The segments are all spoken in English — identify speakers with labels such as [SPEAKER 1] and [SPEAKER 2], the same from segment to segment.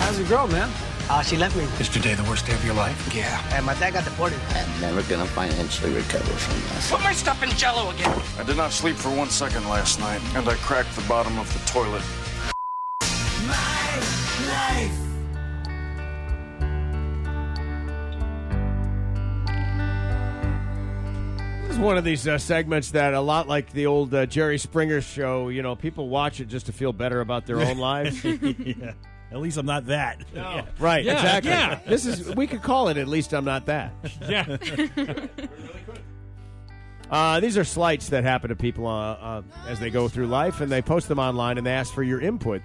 [SPEAKER 1] How's your girl, man?
[SPEAKER 2] Uh, she left me.
[SPEAKER 3] Is today the worst day of your life?
[SPEAKER 2] Yeah. And my dad got deported.
[SPEAKER 4] I'm never gonna financially recover from this.
[SPEAKER 5] Put my stuff in jello again.
[SPEAKER 6] I did not sleep for one second last night, and I cracked the bottom of the toilet.
[SPEAKER 7] My life.
[SPEAKER 8] This is one of these uh, segments that a lot like the old uh, Jerry Springer show, you know, people watch it just to feel better about their own lives.
[SPEAKER 9] yeah. At least I'm not that.
[SPEAKER 8] Yeah. Right,
[SPEAKER 9] Yeah,
[SPEAKER 8] exactly.
[SPEAKER 9] yeah.
[SPEAKER 8] This is we could call it at least I'm not that.
[SPEAKER 9] Yeah.
[SPEAKER 8] Uh, these are slights that happen to people uh, uh, as they go through life, and they post them online and they ask for your input.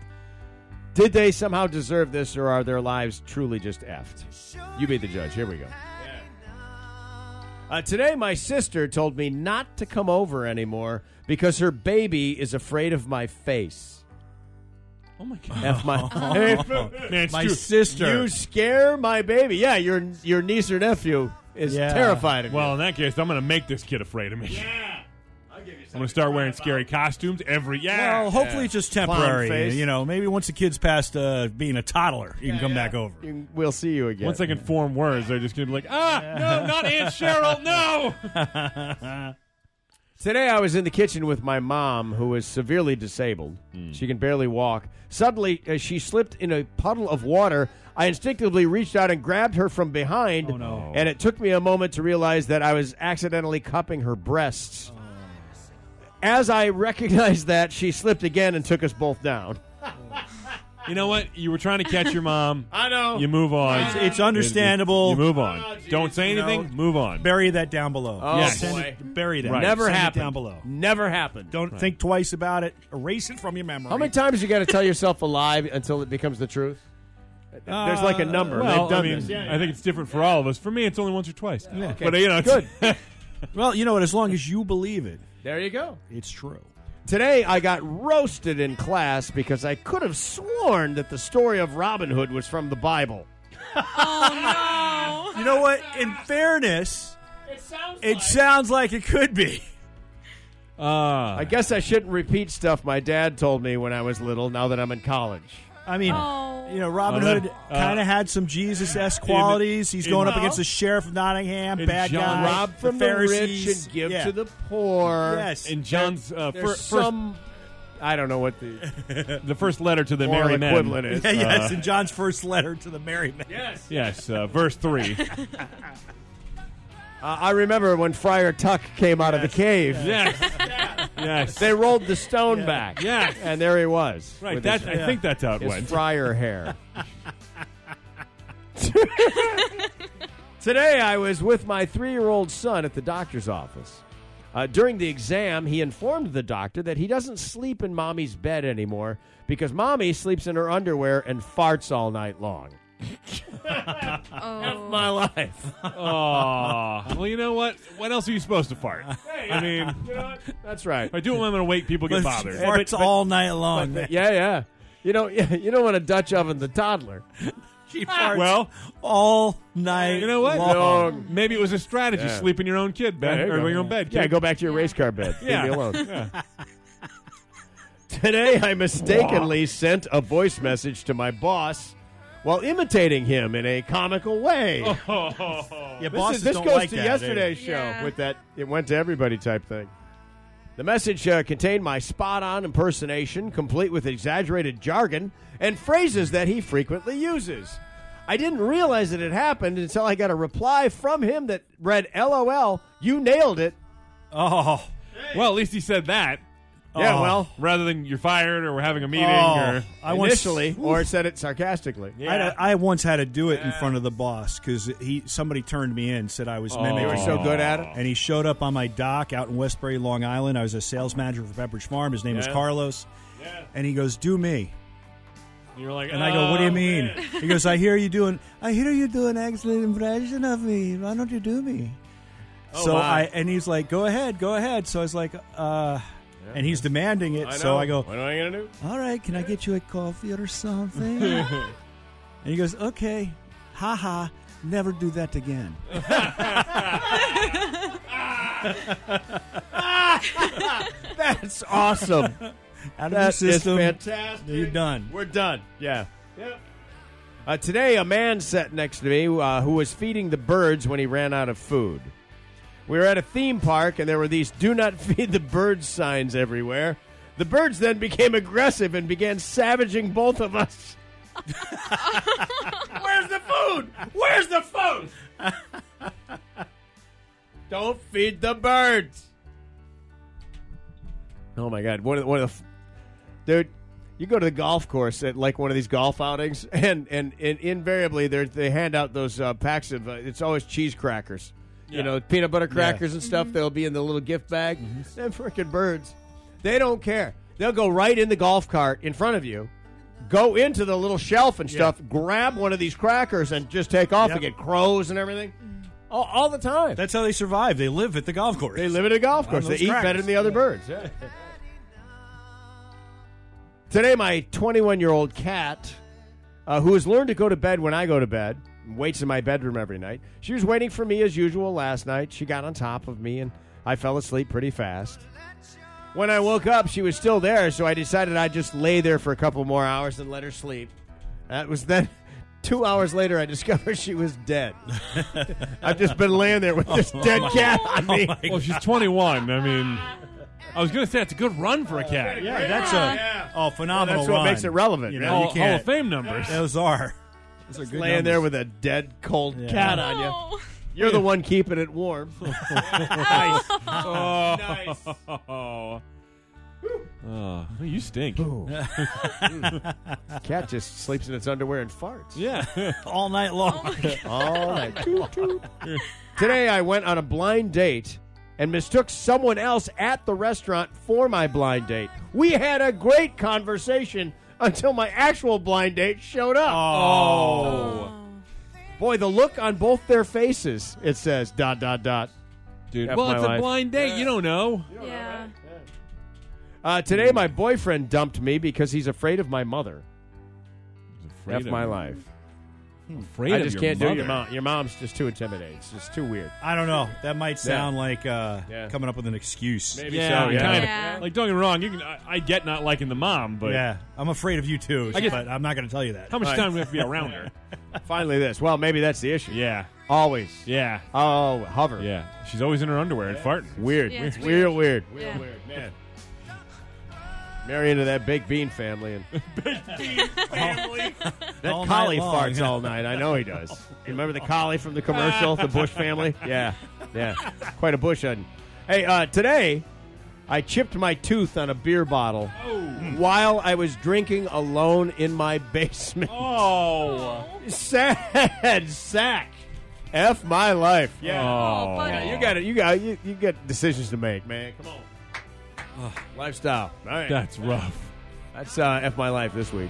[SPEAKER 8] Did they somehow deserve this, or are their lives truly just effed? You be the judge. Here we go. Uh, today, my sister told me not to come over anymore because her baby is afraid of my face.
[SPEAKER 9] Oh my god.
[SPEAKER 8] F my,
[SPEAKER 9] Man, it's
[SPEAKER 8] My
[SPEAKER 9] true.
[SPEAKER 8] sister. You scare my baby. Yeah, your your niece or nephew is
[SPEAKER 9] Yeah.
[SPEAKER 8] terrified of you.
[SPEAKER 10] Well, in that case, I'm going to make this kid afraid of me. Yeah. I'm going to start wearing scary costumes every yeah.
[SPEAKER 9] Well, hopefully it's just temporary.
[SPEAKER 8] Clown face.
[SPEAKER 9] You know, maybe once the kid's past uh, being a toddler, you can come back over.
[SPEAKER 8] You- We'll see you again.
[SPEAKER 10] Once I can form words, they're just going to be like, ah, no, not Aunt Cheryl, no.
[SPEAKER 8] Today I was in the kitchen with my mom, who is severely disabled. She can barely walk. Suddenly, uh, she slipped in a puddle of water. I instinctively reached out and grabbed her from behind.
[SPEAKER 9] Oh, no.
[SPEAKER 8] And it took me a moment to realize that I was accidentally cupping her breasts. As I recognized that, she slipped again and took us both down.
[SPEAKER 10] You know what? You were trying to catch your mom.
[SPEAKER 8] I know.
[SPEAKER 10] You move on.
[SPEAKER 9] It's- it's understandable.
[SPEAKER 10] You move on.
[SPEAKER 8] Oh, geez,
[SPEAKER 10] Don't say
[SPEAKER 9] you know.
[SPEAKER 10] anything. Move on.
[SPEAKER 9] Bury that down below.
[SPEAKER 8] Oh,
[SPEAKER 10] Yes.
[SPEAKER 9] Send
[SPEAKER 8] boy.
[SPEAKER 9] it- bury that.
[SPEAKER 10] Right.
[SPEAKER 8] Never
[SPEAKER 9] Send it
[SPEAKER 8] happened.
[SPEAKER 9] down below.
[SPEAKER 8] Never happened.
[SPEAKER 9] Don't think twice about it. Erase it from your memory.
[SPEAKER 8] How many times you got to tell yourself a lie until it becomes the truth? There's like a number.
[SPEAKER 10] Well,
[SPEAKER 8] They've done
[SPEAKER 10] I mean,
[SPEAKER 8] this.
[SPEAKER 10] I think it's different for all of us. For me, it's only once or twice. But
[SPEAKER 8] Okay.
[SPEAKER 10] you know, it's,
[SPEAKER 8] Good.
[SPEAKER 9] Well, you know what? As long as you believe it,
[SPEAKER 8] There you go.
[SPEAKER 9] it's true.
[SPEAKER 8] Today I got roasted in class because I could have sworn that the story of Robin Hood was from the Bible.
[SPEAKER 9] You know what? In fairness, it sounds like it could be.
[SPEAKER 10] Uh,
[SPEAKER 8] I guess I shouldn't repeat stuff my dad told me when I was little now that I'm in college.
[SPEAKER 9] I mean,
[SPEAKER 7] Oh.
[SPEAKER 9] you know, Robin
[SPEAKER 10] Well,
[SPEAKER 9] Hood
[SPEAKER 10] that- uh,
[SPEAKER 9] kind of had some Jesus esque qualities. He's
[SPEAKER 10] in-
[SPEAKER 9] going up
[SPEAKER 10] Well.
[SPEAKER 9] against the sheriff of Nottingham,
[SPEAKER 10] In
[SPEAKER 9] bad
[SPEAKER 10] John-
[SPEAKER 9] guy,
[SPEAKER 8] Rob from the, rich
[SPEAKER 9] Pharisees.
[SPEAKER 8] and give
[SPEAKER 9] Yeah.
[SPEAKER 8] to the poor.
[SPEAKER 9] Yes.
[SPEAKER 10] in John's uh,
[SPEAKER 8] There's
[SPEAKER 10] fir- first,
[SPEAKER 8] some I don't know what the
[SPEAKER 10] the first letter to the
[SPEAKER 8] moral
[SPEAKER 10] Merry Men.
[SPEAKER 8] equivalent is.
[SPEAKER 9] Yeah, yes,
[SPEAKER 10] Uh,
[SPEAKER 9] in John's first letter to the merry men.
[SPEAKER 10] Yes, uh, verse three.
[SPEAKER 8] Uh, I remember when Friar Tuck came out of the cave.
[SPEAKER 10] yes, yes,
[SPEAKER 8] They rolled the stone back.
[SPEAKER 10] Yes.
[SPEAKER 8] And there he was.
[SPEAKER 10] right.
[SPEAKER 8] with
[SPEAKER 10] That
[SPEAKER 8] his-
[SPEAKER 10] I think that's how it
[SPEAKER 8] It's
[SPEAKER 10] went.
[SPEAKER 8] friar hair. Today, I was with my three year old son at the doctor's office. Uh, during the exam, he informed the doctor that he doesn't sleep in mommy's bed anymore because mommy sleeps in her underwear and farts all night long.
[SPEAKER 7] Oh.
[SPEAKER 8] My life.
[SPEAKER 10] Aw. well, you know what? What else are you supposed to fart? I mean,
[SPEAKER 8] That's right.
[SPEAKER 10] if I do it when I'm awake, people get
[SPEAKER 9] Farts
[SPEAKER 10] bothered.
[SPEAKER 9] all night long. man.
[SPEAKER 8] Yeah, yeah. You don't, you don't want to Dutch oven the toddler.
[SPEAKER 9] She farts
[SPEAKER 10] Well,
[SPEAKER 9] all night.
[SPEAKER 10] you know what?
[SPEAKER 9] long.
[SPEAKER 8] No.
[SPEAKER 10] Maybe it was a strategy.
[SPEAKER 8] Yeah.
[SPEAKER 10] Sleep in your own kid,
[SPEAKER 8] Yeah,
[SPEAKER 10] Ben,
[SPEAKER 8] there you
[SPEAKER 10] or
[SPEAKER 8] go.
[SPEAKER 10] your own bed.
[SPEAKER 8] Yeah,
[SPEAKER 10] kid.
[SPEAKER 8] go back to your race car bed.
[SPEAKER 10] Yeah.
[SPEAKER 8] Leave me alone.
[SPEAKER 10] Yeah.
[SPEAKER 8] Today, I mistakenly sent a voice message to my boss while imitating him in a comical way.
[SPEAKER 9] Yeah,
[SPEAKER 8] this
[SPEAKER 9] bosses
[SPEAKER 8] is- this
[SPEAKER 9] don't
[SPEAKER 8] goes
[SPEAKER 9] like
[SPEAKER 8] to
[SPEAKER 9] that,
[SPEAKER 8] yesterday's show
[SPEAKER 7] Yeah.
[SPEAKER 8] with that it went to everybody type thing. The message uh, contained my spot on impersonation, complete with exaggerated jargon and phrases that he frequently uses. I didn't realize that it happened until I got a reply from him that read, LOL, you nailed it.
[SPEAKER 9] they- Oh,
[SPEAKER 10] Well, at least he said that.
[SPEAKER 8] Yeah,
[SPEAKER 9] Oh.
[SPEAKER 8] well,
[SPEAKER 10] Rather than you're fired or we're having a meeting
[SPEAKER 9] oh.
[SPEAKER 10] or
[SPEAKER 9] I once-
[SPEAKER 8] initially, or said it sarcastically.
[SPEAKER 9] I had a- I once had to do it in front of the boss because he somebody turned me in said I was
[SPEAKER 10] Oh.
[SPEAKER 9] mimicking.
[SPEAKER 8] You were so good at it.
[SPEAKER 9] and he showed up on my dock out in Westbury, Long Island. I was a sales manager for Pepperidge Farm. His name was
[SPEAKER 10] Yeah.
[SPEAKER 9] Carlos, and he goes, "Do me."
[SPEAKER 10] you're like,
[SPEAKER 9] And I go,
[SPEAKER 10] Oh,
[SPEAKER 8] "Oh,
[SPEAKER 9] "What do you mean?" He goes, "I hear you doing. I hear you do an excellent impression of me. Why don't you do me?"
[SPEAKER 10] Oh,
[SPEAKER 9] so
[SPEAKER 8] wow.
[SPEAKER 9] I and he's like, "Go ahead, go ahead." So I was like, "Uh," and he's demanding it. so I go,
[SPEAKER 8] What am I going to do?
[SPEAKER 9] all right, can I get you a coffee or something? and he goes, okay, haha, never do that again.
[SPEAKER 8] That's awesome.
[SPEAKER 9] Out of your
[SPEAKER 8] That is
[SPEAKER 9] system.
[SPEAKER 8] fantastic.
[SPEAKER 9] You're done.
[SPEAKER 8] We're done. Yeah. Yep. Uh, today, a man sat next to me uh, who was feeding the birds when he ran out of food. We were at a theme park, and there were these "Do not feed the birds" signs everywhere. The birds then became aggressive and began savaging both of us. Where's the food? Where's the food? Don't feed the birds. Oh my god! One of the, one of the, f- dude, you go to the golf course at like one of these golf outings, and and, and invariably they they hand out those uh, packs of uh, it's always cheese crackers, you know, peanut butter crackers and stuff. They'll be in the little gift bag. Them freaking birds, they don't care. They'll go right in the golf cart in front of you, go into the little shelf and stuff, grab one of these crackers and just take off and get crows and everything, all, all the time.
[SPEAKER 9] That's how they survive. They live at the golf course.
[SPEAKER 8] They live at a golf course. They
[SPEAKER 9] those
[SPEAKER 8] eat
[SPEAKER 9] tracks.
[SPEAKER 8] better than the other birds. Yeah. Today, my 21 year old cat, uh, who has learned to go to bed when I go to bed, and waits in my bedroom every night. She was waiting for me as usual last night. She got on top of me, and I fell asleep pretty fast. When I woke up, she was still there, so I decided I'd just lay there for a couple more hours and let her sleep. That was then. Two hours later, I discovered she was dead. I've just been laying there with
[SPEAKER 9] Oh
[SPEAKER 8] this dead cat on me.
[SPEAKER 10] Well, she's 21. I mean, I was going to say it's a good run for a cat.
[SPEAKER 9] Yeah, that's a oh phenomenal.
[SPEAKER 8] That's what
[SPEAKER 9] run.
[SPEAKER 8] makes it relevant.
[SPEAKER 9] You
[SPEAKER 8] right?
[SPEAKER 9] know,
[SPEAKER 10] Hall,
[SPEAKER 9] you
[SPEAKER 10] Hall
[SPEAKER 9] can't-
[SPEAKER 10] of Fame numbers.
[SPEAKER 9] Those are. Those are good
[SPEAKER 8] laying there
[SPEAKER 9] numbers.
[SPEAKER 8] with a dead cold
[SPEAKER 9] Yeah.
[SPEAKER 8] cat on you.
[SPEAKER 5] Oh.
[SPEAKER 8] You're the one keeping it warm. nice. Nice.
[SPEAKER 10] Oh. Oh, you stink.
[SPEAKER 8] Cat just sleeps in its underwear and farts.
[SPEAKER 10] Yeah. Oh
[SPEAKER 9] all night long.
[SPEAKER 8] All right. Toot, toot. Today I went on a blind date and mistook someone else at the restaurant for my blind date. We had a great conversation until my actual blind date showed up.
[SPEAKER 10] Oh.
[SPEAKER 8] Boy, the look on both their faces, it says dot dot dot.
[SPEAKER 10] Dude.
[SPEAKER 8] F
[SPEAKER 10] well,
[SPEAKER 8] my
[SPEAKER 10] it's
[SPEAKER 8] life.
[SPEAKER 10] a blind date. You don't know.
[SPEAKER 5] Yeah.
[SPEAKER 8] Uh, today my boyfriend dumped me because he's afraid of my mother. F
[SPEAKER 10] Afraid
[SPEAKER 8] my
[SPEAKER 10] of-
[SPEAKER 8] life.
[SPEAKER 10] Afraid
[SPEAKER 8] I
[SPEAKER 10] of
[SPEAKER 8] just
[SPEAKER 10] your
[SPEAKER 8] can't do it. Your
[SPEAKER 10] mother.
[SPEAKER 8] mom, your mom's just too intimidating. It's just too weird.
[SPEAKER 9] I don't know. That might sound
[SPEAKER 8] Yeah.
[SPEAKER 9] like uh,
[SPEAKER 8] Yeah.
[SPEAKER 9] coming up with an excuse.
[SPEAKER 8] Maybe
[SPEAKER 10] Yeah,
[SPEAKER 8] so.
[SPEAKER 10] kind of.
[SPEAKER 5] Yeah.
[SPEAKER 10] Like, don't get me wrong. You can, I, I get not liking the mom, but
[SPEAKER 9] yeah, I'm afraid of you too,
[SPEAKER 10] I guess-
[SPEAKER 9] but I'm not going to tell you that.
[SPEAKER 10] how much time do we have to be around her?
[SPEAKER 8] Finally, this. Well, maybe that's the issue.
[SPEAKER 10] Yeah.
[SPEAKER 8] Always.
[SPEAKER 10] Yeah.
[SPEAKER 8] Oh, hover.
[SPEAKER 10] Yeah. She's always in her underwear and farting.
[SPEAKER 8] Weird.
[SPEAKER 5] Yeah, it's
[SPEAKER 8] weird. Weird. Weird.
[SPEAKER 5] Yeah.
[SPEAKER 8] weird. Man. Marry into that baked bean family, and that
[SPEAKER 9] All
[SPEAKER 8] collie
[SPEAKER 9] night long.
[SPEAKER 8] farts all night. I know he does. You remember the collie from the commercial, the Bush family? Yeah, yeah, quite a bush on. Hey, uh, today I chipped my tooth on a beer bottle while I was drinking alone in my basement.
[SPEAKER 10] Oh.
[SPEAKER 8] Sad sack. F my life.
[SPEAKER 5] Oh, buddy.
[SPEAKER 8] Yeah, you got it. You got you, you got decisions to make, man. Come on. Lifestyle. All right.
[SPEAKER 10] That's rough.
[SPEAKER 8] That's uh, F my life this week.